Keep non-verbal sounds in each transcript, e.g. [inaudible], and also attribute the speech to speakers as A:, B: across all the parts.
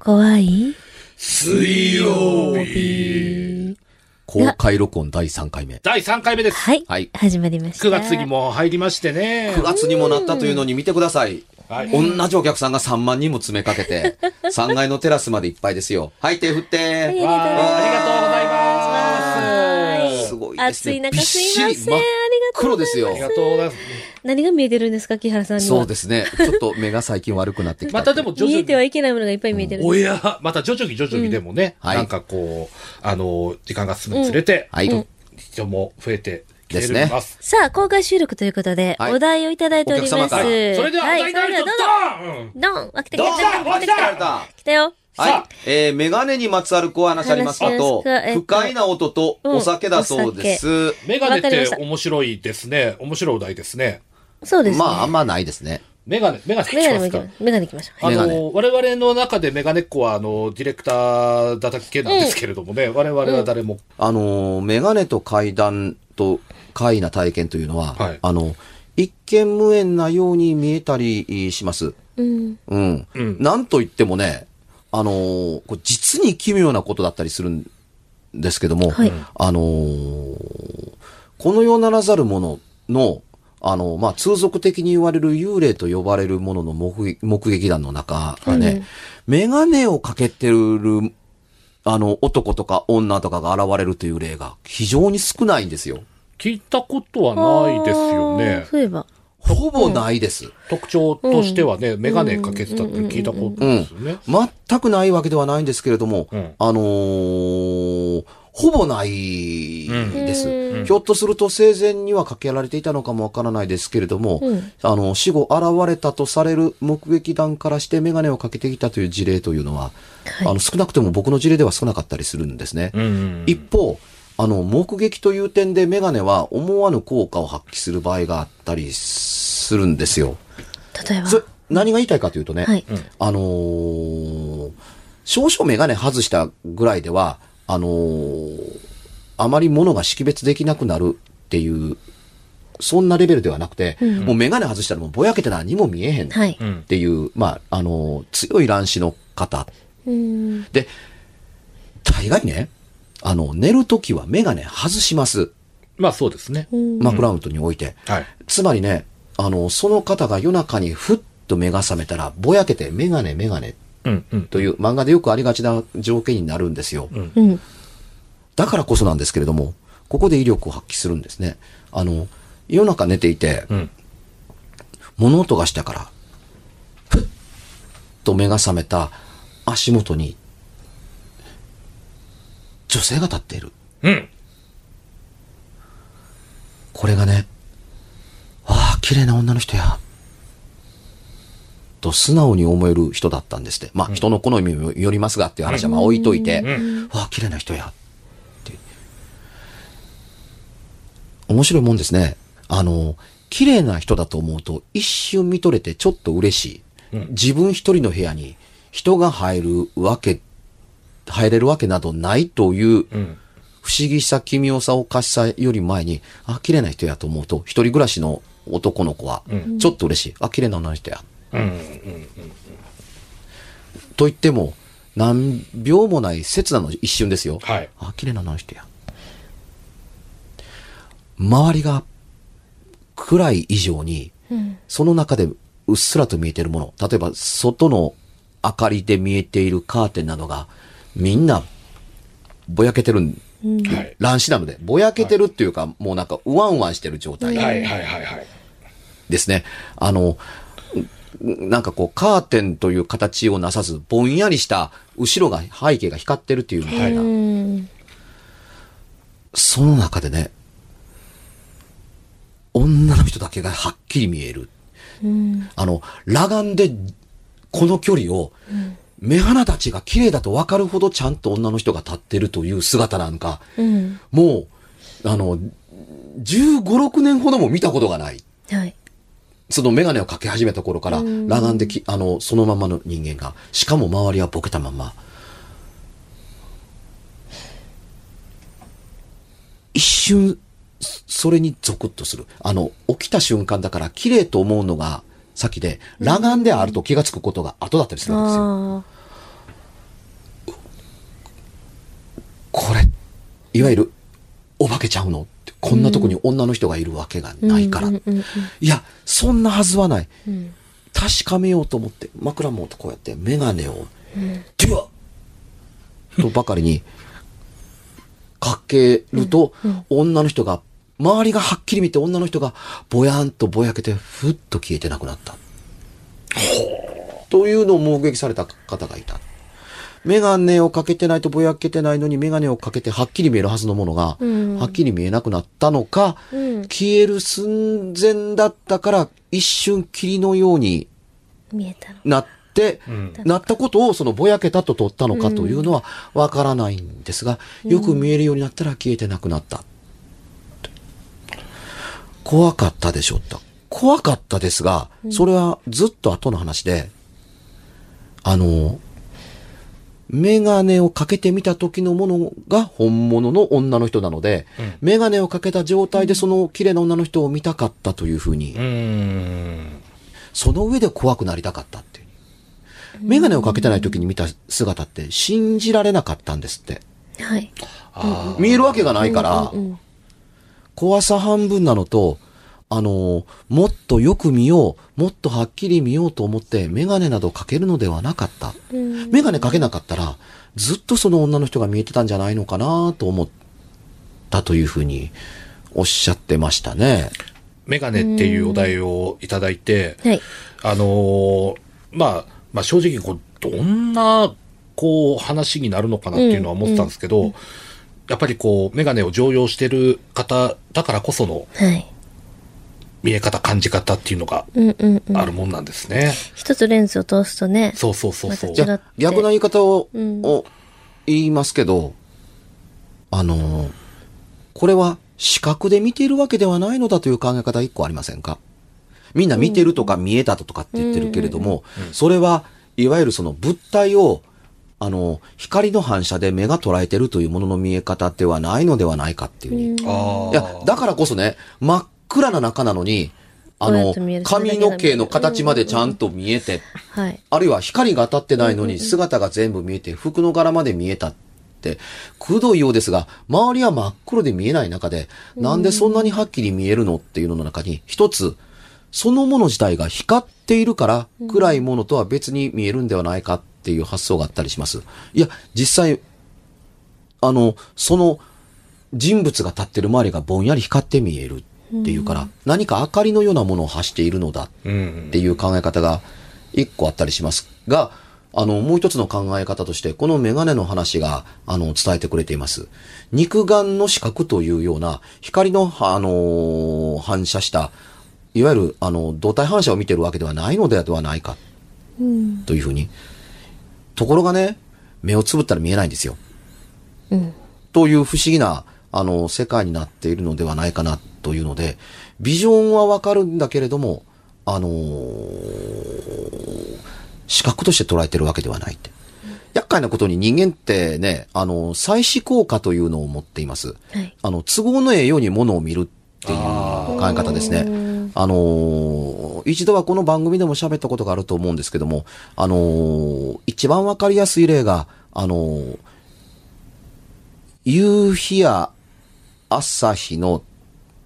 A: 怖い
B: 水曜日。
C: 公開録音第3回目。
B: 第3回目です。
A: はい、
C: はい
A: 始まりました。
B: 9月に。も入りましてね。
C: 9月にもなったというのに見てください。
B: はい
C: 同じお客さんが3万人も詰めか
A: [laughs]
C: けて、3階のテラスまでいっぱいですよ。はい、手振っ
A: り
C: て。
B: わあありがとうございます。
C: すごいですね。
A: 暑い中
C: びっしり
A: すいません
C: 真っ黒ですよ
B: あ。りがとうございます。
A: 何が見えてるんですか、木原さんには。
C: そうですね。ちょっと目が最近悪くなってきた。
B: またでも徐
A: 見
B: 々
A: えては
B: に。
A: いけないものがいっぱい見えてる。
B: おや、また徐々に徐々にでもね、
C: うんはい
B: なんかこう、あの、時間が進むにつれて、
C: はい。
B: 人も増えてきて
C: で
B: ますす。
A: さあ、公開収録ということで、
C: はい
A: お題をいただいております。
C: お客様から
B: それでは、お題になると、
A: ど
B: ド
A: うぞ。
B: ーン
A: ドン来た来
C: どう
A: た来た来
B: 来
A: た
B: た来
A: 来た
C: た
A: 来たよ。
C: はい。えー、メガネにまつわる子話ありますかと、
A: 話ですかえっと
C: 不快な音とお酒だそうです。
B: メガネっ
A: わかりま
B: て
A: した
B: 面白いですね。面白いお題ですね。
A: そうですね。
C: まあ、あんまないですね。
B: メガネ、メガネい
A: メ
B: き
A: ガネも
B: ます
A: 行きましょ
B: か
A: う。メガネ行きましょう。
B: あ
C: メガ
B: の、
C: ネ
B: 我々の中でメガネっ子は、あの、ディレクターだけなんですけれどもね、我々は誰も、
C: あのー、メガネと階段と怪異な体験というのは、
B: はい
C: あの、一見無縁なように見えたりします。
A: うん。
C: うん。
B: うん
C: なんと言ってもね、あのーこう実に奇妙なことだったりするんですけども、
A: はい
C: あのーこの世ならざるものの、あの、まあ、通俗的に言われる幽霊と呼ばれるものの目撃目撃談の中がね、メガネをかけてる、あの、男とか女とかが現れるという例が非常に少ないんですよ。
B: 聞いたことはないです
A: あ
B: よ
A: ー
B: ね。
A: そういえば。
C: ほぼないです。
B: 特徴としてはね、メガネかけてたって聞いたことですよね。
C: 全くないわけではないんですけれども、
B: うん
C: あのーほぼないです、
A: う
C: ひょっとすると生前にはかけられていたのかもわからないですけれども、
A: うん
C: あの、死後現れたとされる目撃談からしてメガネをかけてきたという事例というのは、
A: はい
C: あの、少なくとも僕の事例では少なかったりするんですね。
B: うん
C: 一方、あの、目撃という点でメガネは思わぬ効果を発揮する場合があったりするんですよ。
A: 例えば。
C: そ何が言いたいかというとね、
A: はい。
C: あのー少々メガネ外したぐらいでは、あのーあまり物が識別できなくなるっていう、そんなレベルではなくて、もうメガネ外したらもうぼやけて何も見えへん
A: はい
B: うん
C: っていう、まあ、あのー強い乱視の方。
A: うん。
C: で、大概ね、あの、寝るときはメガネ外します。
B: まあそうですね。
C: 枕元に置いて。
B: はい。
C: つまりね、あの、その方が夜中にふっと目が覚めたら、ぼやけてメガネメガネ
B: うんうん。
C: という漫画でよくありがちな条件になるんですよ。
A: うん。
C: だからこそなんですけれども、ここで威力を発揮するんですね。あの、夜中寝ていて、
B: ん
C: 物音がしたから、ふっと目が覚めた足元に、女性が立っている。
B: うん。
C: これがね、ああ、綺麗な女の人や。と素直に思える人だったんですって。まあ、人の好みにもよりますがっていう話はまあ置いといて、ああ、綺麗な人や。って。面白いもんですね。あの、綺麗な人だと思うと一瞬見とれてちょっと嬉しい。自分一人の部屋に人が入るわけ、入れるわけなどないという
B: うん。
C: 不思議さ、奇妙さ、おかしさより前に、あ、綺麗な人やと思うと、一人暮らしの男の子は、ちょっと嬉しい。あ、綺麗な女の人や。と言っても、何秒もない刹那の一瞬ですよ。
B: はい
C: あ、綺麗な女の人や。周りが暗い以上に、その中でうっすらと見えているもの、例えば外の明かりで見えているカーテンなどが、みんなぼやけてるん
B: はい。
C: 乱視なので、ぼやけてるっていうか、もうなんか、うわんわんしてる状態
B: はいはいはいはい。
C: ですね。あの、んなんかこう、カーテンという形をなさず、ぼんやりした、後ろが、背景が光ってるっていうみたいな。
A: うん。
C: その中でね、女の人だけがはっきり見える。あの、裸眼で、この距離を、目鼻たちが綺麗だと分かるほどちゃんと女の人が立ってるという姿なんか、
A: うん。
C: もう、あの、15、6年ほども見たことがない。
A: はい。
C: そのメガネをかけ始めた頃から、
A: うん
C: 裸眼でき、あの、そのままの人間が、しかも周りはボケたまま。一瞬、そそれにゾクッとする。あの、起きた瞬間だから、綺麗と思うのが先で、裸眼であると気がつくことが後だったりするんですよ。
A: ああ。
C: これ、いわゆる、お化けちゃうのってこんなとこに女の人がいるわけがないから。
A: うんうんうん
C: いや、そんなはずはない。
A: うん
C: 確かめようと思って、枕元こうやって、メガネを、デュワッとばかりに、かけると、女の人が、周りがはっきり見て女の人が、ぼやんとぼやけて、ふっと消えてなくなった。というのを目撃された方がいた。メガネをかけてないとぼやけてないのに、メガネをかけてはっきり見えるはずのものが、
A: うん
C: はっきり見えなくなったのか、
A: うん
C: 消える寸前だったから、一瞬霧のように
A: 見えたの
C: なって、
B: ん
C: なったことをそのぼやけたと取ったのかというのはわからないんですが、よく見えるようになったら消えてなくなった。怖かったでしょうと。怖かったですが、それはずっと後の話で、あの、メガネをかけてみた時のものが本物の女の人なので、メガネをかけた状態でその綺麗な女の人を見たかったというふうに
B: うーん。
C: その上で怖くなりたかったっていう。メガネをかけてない時に見た姿って信じられなかったんですって。
A: はい
B: あ
C: 見えるわけがないから
A: う、んうん
C: 怖さ半分なのと、あの、もっとよく見よう、もっとはっきり見ようと思ってメガネなどかけるのではなかった。
A: うん
C: メガネかけなかったら、ずっとその女の人が見えてたんじゃないのかなと思ったというふうにおっしゃってましたね。
B: メガネっていうお題をいただいて、
A: はい
B: あのーまあ、まあ正直こう、どんな、こう、話になるのかなっていうのは思ってたんですけど、やっぱりこう、メガネを常用してる方だからこその
A: はい
B: 見え方、感じ方っていうのが
A: うんうんうん
B: あるもんなんですね。
A: 一つレンズを通すとね
B: そうそうそうそう。
A: ま
C: じ
A: た違
C: ゃ
A: っ
C: あ逆な言い方を,、
A: うん
C: を言いますけど、あのーこれは視覚で見ているわけではないのだという考え方一個ありませんかみんな見てるとか見えたとかって言ってるけれども、それはいわゆるその物体を、あの、光の反射で目が捉えてるというものの見え方ではないのではないかっていうふうに
B: あー
C: いや、だからこそね、真っ暗な中なのに、あ
A: こうや
C: の
A: って見え、る
C: 髪の毛の形までちゃんと見えて、
A: はい
C: あるいは光が当たってないのに姿が全部見えて、服の柄まで見えたって、くどいようですが、周りは真っ黒で見えない中で、なんでそんなにはっきり見えるのっていうのの中に、一つ、そのもの自体が光っているから、暗いものとは別に見えるんではないかっていう発想があったりします。いや、実際、あの、その人物が立ってる周りがぼんやり光って見えるっていうから、何か明かりのようなものを発しているのだ
B: うん
C: っ。ていう考え方が一個あったりしますが、あの、もう一つの考え方として、このメガネの話が、あの、伝えてくれています。肉眼の視覚というような、光の、あのー反射した、いわゆる、あの、動体反射を見てるわけではないのではないか、
A: うん
C: というふうに。ところがね、目をつぶったら見えないんですよ。
A: うん
C: という不思議な、あの、世界になっているのではないかなというので、ビジョンはわかるんだけれども、あのー視覚として捉えてるわけではないって。厄介なことに人間ってね、あの、再思考化というのを持っています。
A: はい
C: あの、都合のええようにものを見るっていう
B: あ
C: 考え方ですね。あのー一度はこの番組でも喋ったことがあると思うんですけども、あのー一番わかりやすい例が、あのー夕日や朝日の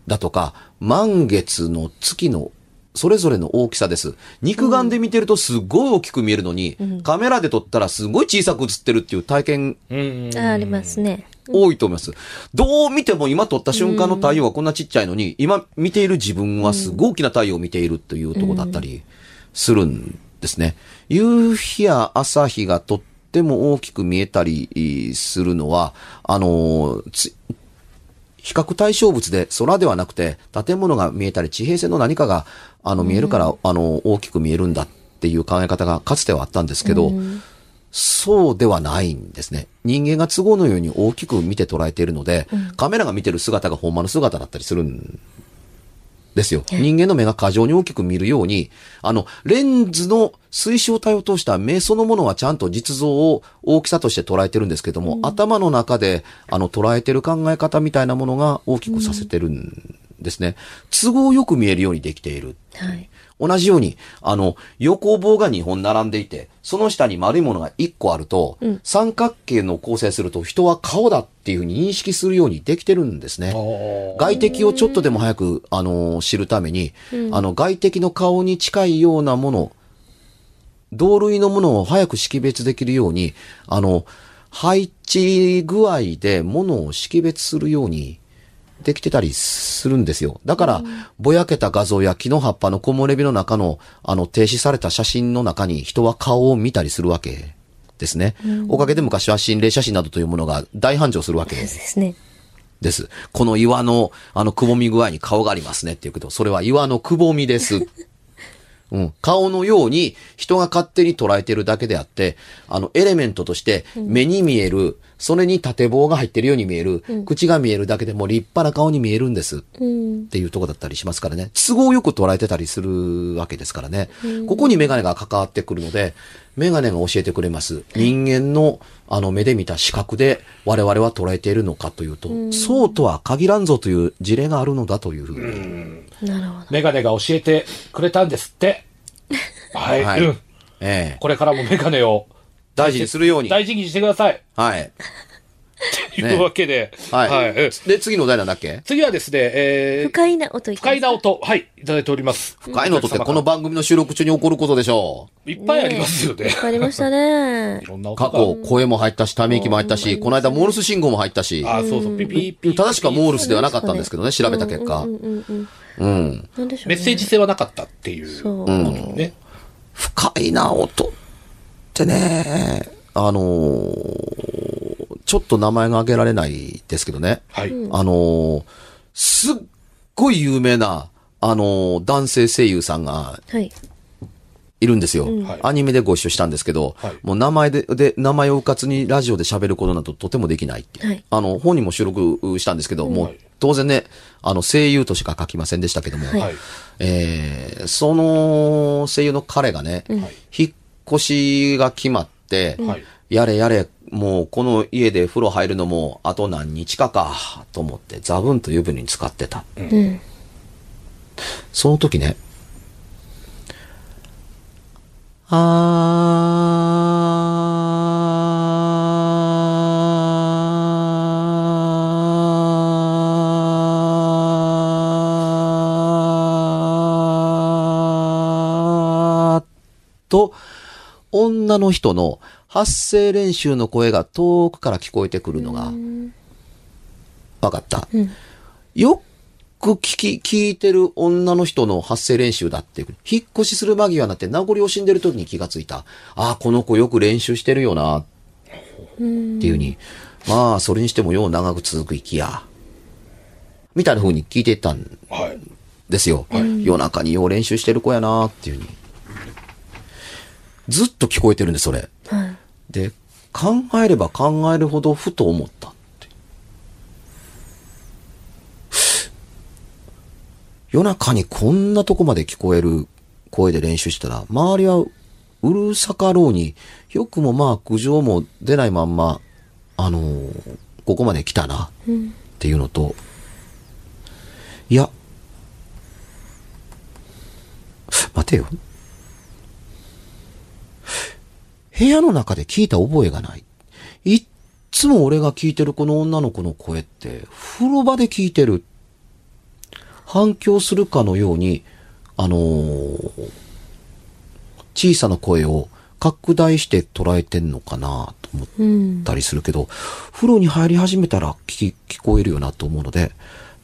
C: だとか、満月の月のそれぞれの大きさです。肉眼で見てるとすごい大きく見えるのに、カメラで撮ったらすごい小さく映ってるっていう体験
A: あ
B: うん。
A: ーありますね
C: 多いと思います。どう見ても今撮った瞬間の太陽はこんなちっちゃいのに、今見ている自分はすごい大きな太陽を見ているというところだったりするんですね。夕日や朝日がとっても大きく見えたりするのは、あの、つ比較対象物で空ではなくて建物が見えたり地平線の何かがあの見えるから、あの大きく見えるんだっていう考え方がかつてはあったんですけど、そうではないんですね。人間が都合のように大きく見て捉えているので、カメラが見てる姿が本間の姿だったりするんですよ。人間の目が過剰に大きく見るように、あの、レンズの水晶体を通した目そのものはちゃんと実像を大きさとして捉えてるんですけども、頭の中で、あの、捉えてる考え方みたいなものが大きくさせてるんですね、都合よく見えるようにできている。
A: はい。
C: 同じように、あの、横棒が2本並んでいて、その下に丸いものが1個あると、
A: うん
C: 三角形の構成すると人は顔だっていうふうに認識するようにできてるんですね。
B: あ
C: 外敵をちょっとでも早く、あの、知るために、あの、外敵の顔に近いようなもの、同類のものを早く識別できるように、あの、配置具合でものを識別するようにできてたりするんですよ。だから、ぼやけた画像や木の葉っぱの木漏れ日の中の、あの、停止された写真の中に人は顔を見たりするわけですね。おかげで昔は心霊写真などというものが大繁盛するわけ
A: そう
C: で。
A: ですすね。
C: です。この岩の、あの、くぼみ具合に顔がありますねっていうけど、それは岩のくぼみです。うん。顔のように人が勝手に捉えてるだけであって、あの、エレメントとして目に見える、それに縦棒が入ってるように見える、口が見えるだけでも立派な顔に見えるんです。
A: うん
C: っ。ていうとこだったりしますからね。都合よく捉えてたりするわけですからね。ここにメガネが関わってくるので、メガネが教えてくれます。人間のあの目で見た視覚で我々は捉えているのかというと、そうとは限らんぞという事例があるのだというふうに。
A: なるほど。
B: メガネが教えてくれたんです
C: [laughs]
B: って。はい、
C: はい
B: うん。
C: ええ
B: これからもメガネを
C: 大事にするように。
B: 大事にしてください。
C: はい。
B: というわけで、
C: はい。
B: うん
C: で、次のお題なんだっけ
B: 次はですね、え
A: 不
B: ー、
A: 快な音い
B: 不快
A: な。
B: な音、はい、いただいております。不
C: 深いのとってこの番組の収録中に起こることでしょ
B: いっぱいありますよね。
A: わかりましたね
B: い。ろんな
C: う。
B: 音
C: 過
B: が。
C: 去、声も入ったし、ため息も入ったし、この間モールス信号も入ったし、
B: あ、そうそう、ピピーピー。
C: 正しくはモールスではなかったんですけどね、調べた結果
A: うん。うんうん。
C: うん。
A: なんでしょうね。
B: メッセージ性はなかったっていう。
A: そう。
B: ね。
C: 深いな音ってね、あのーちょっと名前が挙げられないですけどね、
B: はい。
C: あのーすっごい有名な、あのー男性声優さんが
A: はい。
C: いるんですよ、
B: はい
C: アニメでご一緒したんですけど、
B: はい
C: もう名前で、で、名前をうかつにラジオで喋ることなどとてもできないっていう
A: はい
C: あの、本人も収録したんですけど、もう当然ね、あの、声優としか書きませんでしたけども、
B: はい。
C: えーその声優の彼がね、
B: はい
C: 引っ越しが決まって、
B: はい
C: やれやれ、もうこの家で風呂入るのもあと何日かか、と思って、ザブンと湯船に使ってた。
A: うん。
C: その時ね、あーと、女の人の発声練習の声が遠くから聞こえてくるのが、わかった。
A: うん。
C: よく聞き、聞いてる女の人の発声練習だっていう。引っ越しする間際になって名残惜しんでる時に気がついた。ああ、この子よく練習してるよな、っていうふうに。まあ、それにしてもよう長く続く息や。みたいな風に聞いていったん
B: はい。
C: ですよ。夜中によう練習してる子やな、っていうふうに。ずっと聞こえてるんで、それ。
A: はい。
C: で、考えれば考えるほどふと思ったって。夜中にこんなとこまで聞こえる声で練習したら、周りはうるさかろうに、よくもまあ苦情も出ないまんま、あのーここまで来たな、っていうのと、いや、待てよ。部屋の中で聞いた覚えがない。いっつも俺が聞いてるこの女の子の声って、風呂場で聞いてる。反響するかのように、あのー小さな声を拡大して捉えてんのかなと思ったりするけど、風呂に入り始めたら聞き聞こえるよなと思うので、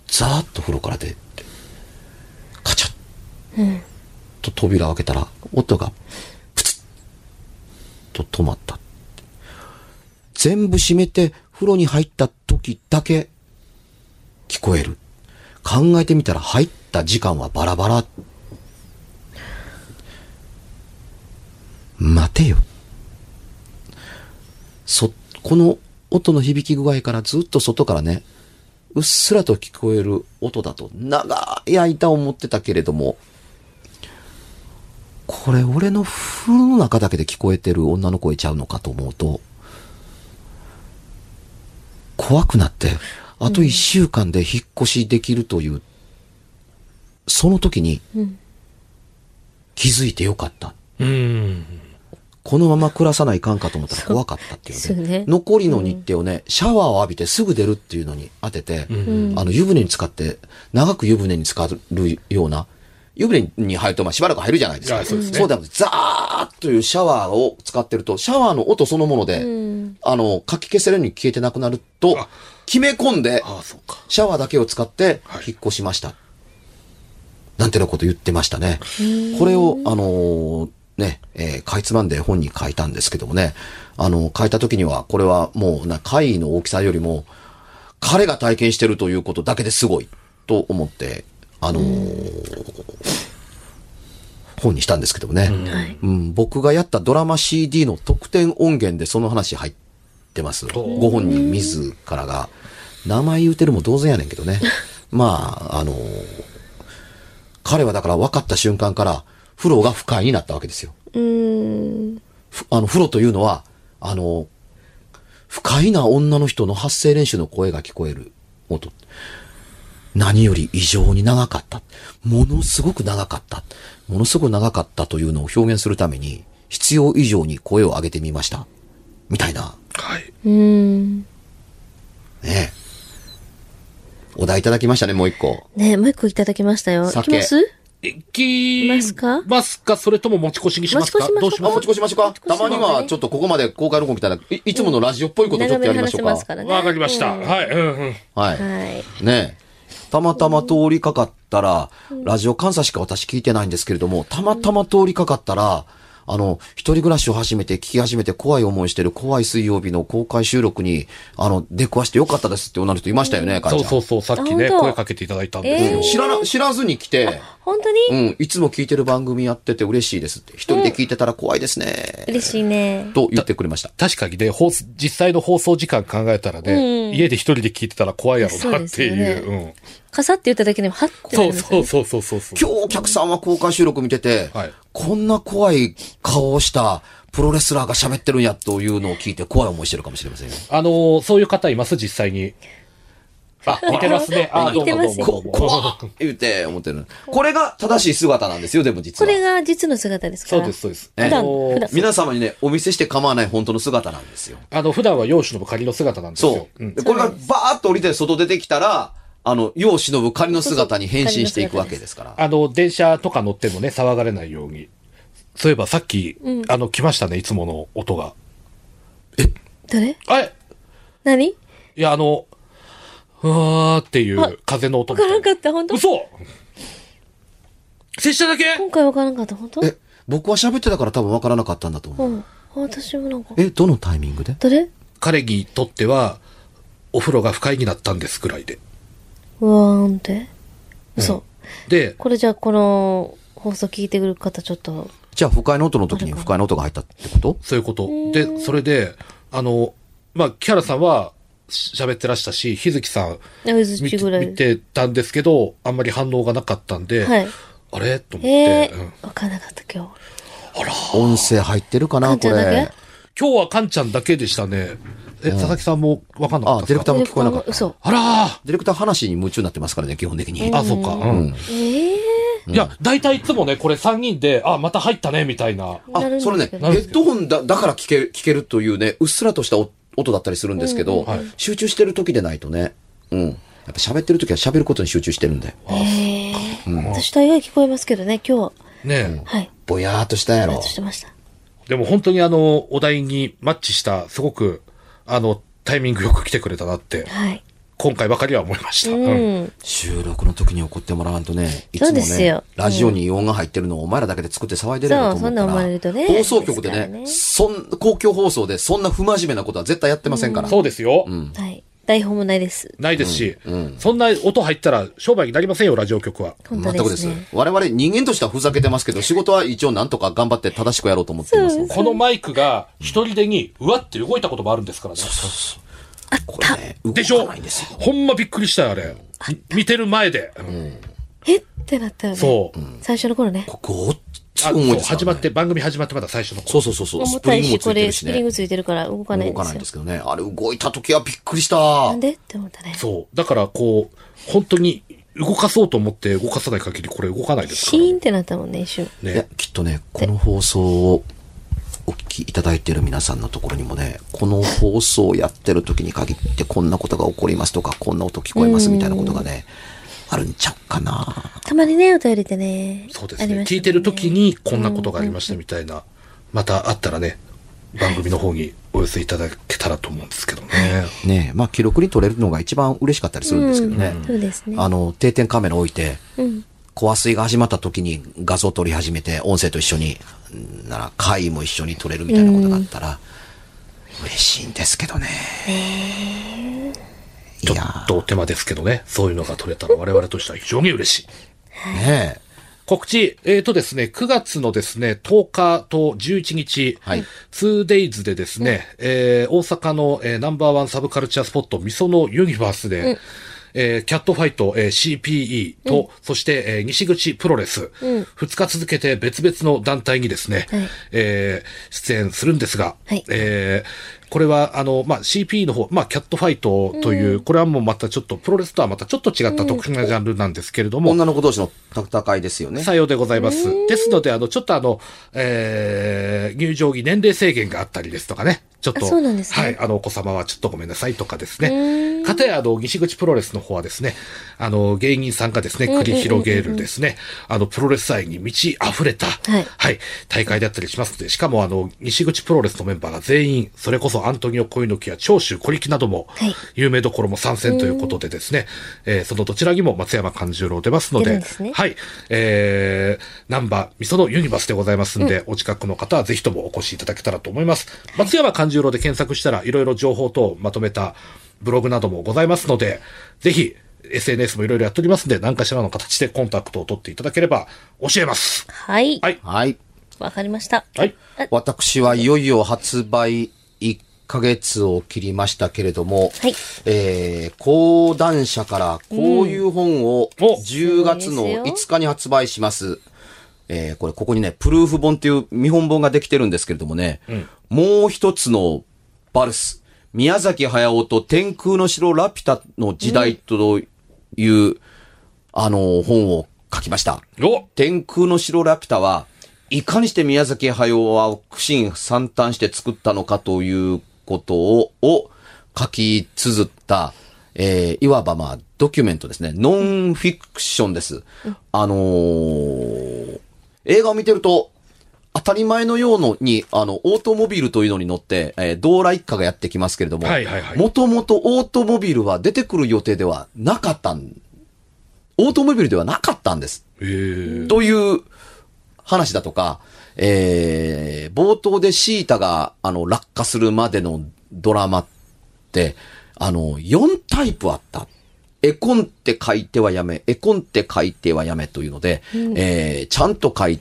C: ザーッと風呂から出て、カチャッと扉を開けたら、音がちょっと止まった。全部閉めて風呂に入った時だけ聞こえる。考えてみたら入った時間はバラバラ。待てよ。そ、この音の響き具合からずっと外からね、うっすらと聞こえる音だと長い間思ってたけれども、これ俺の風呂の中だけで聞こえてる女の声ちゃうのかと思うと、怖くなって、あと一週間で引っ越しできるというその時に
A: うん。
C: 気づいてよかった。
B: うん。
C: このまま暮らさないかんかと思ったら怖かったってい
A: そうう
C: ね。
A: ね
C: 残りの日程をね、シャワーを浴びてすぐ出るっていうのに当てて、
A: ん
C: あの湯船に使って、長く湯船に浸かるような、湯船に入るとまあしばらく入るじゃないです
B: あ
C: か。
B: そうですね
C: だもザーッというシャワーを使ってると、シャワーの音そのもので、
A: うん。
C: あの、かき消せるように消えてなくなると
B: あ、
C: 決め込んで、
B: ああ、そうか。
C: シャワーだけを使って
B: はい
C: 引っ越しました。なんてなこと言ってましたね。これを、あのーね、えーかいつまんで本に書いたんですけどもね、あの、書いた時には、これはもうな、会の大きさよりも、彼が体験してるということだけですごい、と思って、あのー本にしたんですけどもね、
A: はい。
C: うん、僕がやったドラマ CD の特典音源でその話入ってます。
B: お
C: ご本人自らが。名前言うてるも同然やねん
A: [laughs]
C: けどね。まあ、あの彼はだから分かった瞬間から、風呂が不快になったわけですよ。
A: うん。
C: ふあの、風呂というのは、あの不快な女の人の発声練習の声が聞こえる音。何より異常に長かった。ものすごく長かった。ものすごく長かったというのを表現するために、必要以上に声を上げてみました。みたいな。
B: はい。
A: うん。
C: ねえお題いただきましたね、もう一個。
A: ねもう一個いただきましたよ。い
C: 酒
A: きます
B: いき
A: ますか
B: ますかそれとも持ち越しにしますか
A: 持ち越しますか
C: あ、
B: どうしま
C: 持
B: す
C: ち越しましょうか。たまには、ちょっとここまで公開録音来たら、いいつものラジオっぽいことちょ
A: 長
C: っと
A: め
C: や
A: に
C: りま
A: 話
C: し
A: し
C: ょ
A: て
C: うか
A: ます。からね。
B: わかりました。
A: うん
B: はい。うんうん。
C: はい。
A: はい。
C: ねえ。たまたま通りかかったら、ラジオ監査しか私聞いてないんですけれども、たまたま通りかかったら、あの、一人暮らしを始めて、聞き始めて怖い思いしてる怖い水曜日の公開収録に、あの、出くわしてよかったですって女の人いましたよね、かんちゃ
B: そ
C: ん。
B: うそうそう。さっきね、
A: あ本当
B: 声かけていただいたんです
A: え
B: よ
A: ー。
C: 知らな、知らずに来て、
A: 本当
C: う
A: に
C: ん、いつも聞いてる番組やってて嬉しいですって、一人で聞いてたら怖いですね、
A: 嬉しいね。
C: と言ってくれました。
B: 確かにね、放送実際の放送時間考えたらね、
A: うん
B: 家で一人で聞いてたら怖いやろうなって
A: そうで
B: い
A: す
B: う。
A: よかさって言っただけでも、はっ
B: うん
A: てな
B: そ
A: り
B: う
A: ますよね
B: そうそうそうそうそう。
C: 今日お客さんは公開収録見てて、
B: はい
C: こんな怖い顔をしたプロレスラーが喋ってるんやというのを聞いて怖い思いしてるかもしれま
B: [laughs]
C: せんよ。
B: あのーそういう方います実際に。あ、似てますね。あ、どうもどうもど
C: こ、
B: うも。
C: 怖っ言うて思ってる。これが正しい姿なんですよ、でも実
A: こ
C: は。
A: れが実の姿ですか
B: そう
A: ら。
B: です、そうです。
A: 普
C: ね
B: あ
A: 段、
B: のー
A: 普段。
C: 皆様にね、お見せして構わない本当の姿なんですよ。
B: あの、普段は容姿の仮の姿なんですよ
C: そ。
B: うん
C: う。でこれがバーッと降りて外出てきたら、あの、世を忍ぶ仮の姿に変身していくわけですから。
B: あの、電車とか乗ってもね、騒がれないように。そういえばさっき、あの、来ましたね、いつもの音が。
A: 誰
B: あれ
A: 何
B: いや、あの、うわーってい
A: あ
B: う風の音
A: わ
B: みた
A: から
B: いな。
A: んかった、本当
B: 嘘拙者だけ
A: 今回わからんかった、本当
C: え、僕は喋ってたから多分わからなかったんだと
A: う
C: 思う。
A: ん。あ私もなんか。
C: え、どのタイミングで
A: 誰
B: 彼にとっては、お風呂が不快になったんですくらいで。
A: うわーんって。嘘。
B: で、
A: これじゃあ、この放送聞いてくる方、ちょっと、
C: じゃあ、不快の音の時に不快の音が入ったってこと
B: そういうこと。で、それで、あの、まあ、木原さんはし喋ってらしたし、日月さん
A: あうず
B: 見
A: ちぐらい。
B: 見てたんですけど、あんまり反応がなかったんで、
A: はい
B: あれと思って、
A: え
B: うん
A: ー、わかんなかった、今日。
C: 音声入ってるか
A: か
C: なんこ
A: ちゃんだ
C: れ
A: け。
B: 今日はカンちゃんだけでしたね。え、佐々木さんもわかんなか
C: あ
B: っ、た
C: ディ
B: で
C: レ
B: す
C: ク
B: か
C: ターも聞こえなかった。
A: 嘘。
B: あら
C: ディレクター話に夢中になってますからね、基本的に。
B: ーあ、そうか。うん
A: ええ
B: いや、大体いつもね、これ3人で、あ、また入ったね、みたいな。
A: ー。なるん
C: あ、
A: です
C: それね、
A: け
C: ヘ
A: ど
C: ッドホンだだから聞け聞けるというね、うっすらとしたお音だったりするんですけど、
B: はい
C: 集中してる時でないとね、うん。やっぱ喋ってる時は喋ることに集中してるんで、
A: えー。私大概聞こえますけどね、今日。
B: ね
A: はい。
C: ぼやーっとしたやろ
A: と。してました。
B: でも本当にあの、お題にマッチした、すごく、あの、タイミングよく来てくれたなって、
A: はい。
B: 今回ばかりは思いました。
A: う
B: うん
A: ん。
C: 収録の時に怒ってもらわんとね、いつ
A: そう
C: も
A: です
C: ね
A: よ、
C: ラジオに異音が入ってるのをお前らだけで作って騒いでるよ
A: そ
C: と思
A: う
C: っ
A: そんな
C: た
A: 思われ
C: ら
A: るとね、
C: 放送局で
A: ですから
C: ね、
A: ね
C: そん、公共放送でそんな不真面目なことは絶対やってませんから。
B: そうですよ。
A: はい。台本もないです。
B: ないですし、そんな音入ったら商売になりませんよ、ラジオ局は。
A: 本当
C: 全
A: で
C: くですす
A: ね。。
C: 我々人間としてはふざけてますけど、仕事は一応なんとか頑張って正しくやろうと思っていますので。
B: このマイクが一人でに、うわって動いたこともあるんですからね。
C: これね、動
B: でしょ
C: かないんですよ。
B: ほんまびっくりしたよ、あれ。み見てる前で。
A: えってなったよね。
B: そう。
A: 最初の頃ね。
C: ここ、つ
B: あ
C: 重い
B: そう
C: ですからね
B: 始まって、番組始まってまだ最初の
C: そ
B: 頃。
C: うそうそうそう。
A: 重
C: スプ
A: た
C: リ
A: い
C: ングも
A: し、
C: つい
A: こ
C: て
A: れ
C: るし
A: スプリン
C: ね
A: グ。ついてるから動かない
C: 動
A: んで
C: かな
A: す
C: いん
A: よ
C: で。すけどね。あれ動いた時はびっくりした。
A: なんでって思ったね。
B: そう。だから、こう、本当に動かそうと思って動かさない限りこれ動かないですか
A: シ
B: ら
A: ーンってなったもんね、一瞬。
C: いや
B: ね。、
C: きっとね、この放送をお聞きいただいている皆さんのところにもね、この放送をやってる時に限ってこんなことが起こりますとか、こんな音聞こえますみたいなことがね、あるんちゃうかな。
A: たまにね、お便りでね。
B: そうです
A: あり
B: ね
A: ました
B: 聞いてる時にこんなことがありましたみたいな、またあったらね、番組の方にお寄せいただけたらと思うんですけどね。
C: ねえ、まあ記録に取れるのが一番嬉しかったりするんですけどね。
A: そうですね。
C: あの、定点カメラ置いて、
A: うん。
C: 壊水が始まった時に画像撮り始めて、音声と一緒に、んなら回も一緒に撮れるみたいなことがあったら、嬉しいんですけどね。
B: ちょ
C: いや
B: っとお手間ですけどね、そういうのが取れたら我々としては非常に嬉しい。
C: ーねえ。
B: 告知、えーとですね、9月のですね、10日と11日、
C: はい。
B: 2days でですね、えー大阪の、えーナンバーワンサブカルチャースポット、みそのユニバースで、えーキャットファイト、えー CPE と、そして、えー西口プロレス、
A: うん
B: 2日続けて別々の団体にですね、
A: はい
B: えー出演するんですが、
A: はい
B: えーこれは、あの、まあ、CPE の方、まあ、キャットファイトという、これはもうまたちょっと、プロレスとはまたちょっと違った特殊なジャンルなんですけれども、
C: 女の子同士の戦いですよね。
B: さようでございます。ですので、あの、ちょっとあの、えー、入場に年齢制限があったりですとかね。ちょっと。
A: あそうなんですね
B: はい。あの、お子様はちょっとごめんなさいとかですね。かたや、あの、西口プロレスの方はですね、あの、芸人さんがですね、繰り広げるですね、あの、プロレス愛に満ち溢れた、
A: はい
B: 大会だったりしますので、しかもあの、西口プロレスのメンバーが全員、それこそアントニオ・小猪木や長州小力なども、
A: はい
B: 有名どころも参戦ということでですね、えーそのどちらにも松山勘十郎出ますの
A: 出る
B: で、
A: んですね
B: はい。えー、ナンバー、みそのユニバースでございますんで、お近くの方はぜひともお越しいただけたらと思います。松山勘十郎で検索したら、いろいろ情報等をまとめたブログなどもございますので、ぜひ、SNS もいろいろやっておりますんで、何かしらの形でコンタクトを取っていただければ教えます。
A: はい
B: はい。
C: はい。
A: わかりました。
B: はい。
A: あ
C: 私はいよいよ発売1ヶ月を切りましたけれども、
A: はい
C: えー講談社からこういう本を
B: うんお
C: 10月の
A: そうです
C: 5日に発売します。えーこれ、ここにね、プルーフ本っていう見本本ができてるんですけれどもね、もう一つのバルス、宮崎駿と天空の城ラピュタの時代という、あの、本を書きました。
B: お
C: 天空の城ラピュタは、いかにして宮崎駿は苦心惨憺して作ったのかということを、を書き綴った、えーいわばまあ、ドキュメントですね。ノンフィクションです。あのー映画を見てると、当たり前のように、あの、オートモビルというのに乗って、えー、ドーラ一家がやってきますけれども、
B: はいはいはい
C: もともとオートモビルは出てくる予定ではなかったん、オートモビルではなかったんです。
B: えー、
C: という話だとか、えー、冒頭でシータが、あの、落下するまでのドラマって、あの、4タイプあった。絵コンって書いてはやめ、絵コンって書いてはやめというので、えー、ちゃんと書い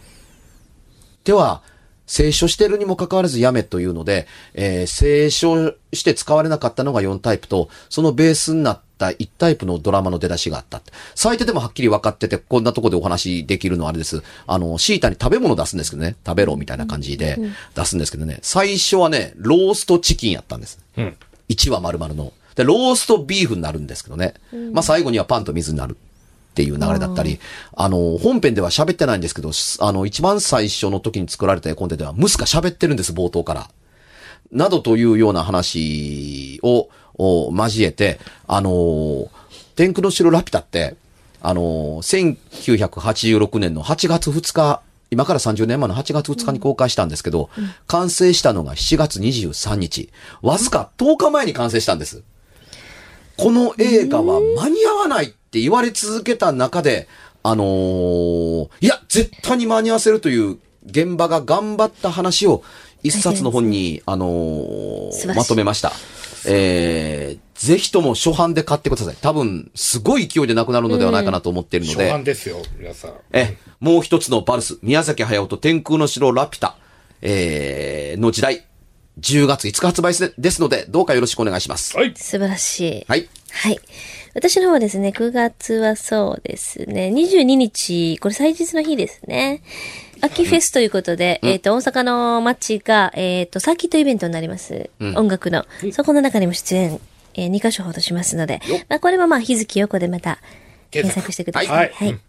C: では、聖書してるにもかかわらずやめというので、えー聖書して使われなかったのが4タイプと、そのベースになった1タイプのドラマの出だしがあった。最低でもはっきり分かってて、こんなとこでお話できるのはあれです。あの、シータに食べ物出すんですけどね、食べろみたいな感じで出すんですけどね、最初はね、ローストチキンやったんです。
B: うん。
C: 1話丸々の。で、ローストビーフになるんですけどね。まあ、最後にはパンと水になるっていう流れだったり、あの、本編では喋ってないんですけど、すあの、一番最初の時に作られた絵コンテでは、ムスカ喋ってるんです、冒頭から。などというような話をを交えて、あのー天空の城ラピュタって、あのー1986年の8月2日、今から30年前の8月2日に公開したんですけど、完成したのが7月23日、わずか10日前に完成したんです。この映画は間に合わないって言われ続けた中で、あのーいや、絶対に間に合わせるという現場が頑張った話を一冊の本に、あのー
A: 素晴らしい
C: まとめました。えー、ぜひとも初版で買ってください。多分、すごい勢いでなくなるのではないかなと思っているの
B: 初
C: で。
B: 版ですよ、皆さん。
C: え、もう一つのバルス、宮崎駿と天空の城ラピュタ、えー、の時代、10月5日発売ですですので、どうかよろしくお願いします。
B: はい。
A: 素晴らしい。
C: はい。
A: はい。私の方はですね、9月はそうですね、22日、これ祭日の日ですね。秋フェスということで、えっ、と、大阪の街が、えっ、と、サーキットイベントになります。音楽の。そこの中にも出演、え2箇所ほどしますので、まあ、これはまあ、日月横でまた、検
D: 検
A: 索
D: 索してください。
A: はいうん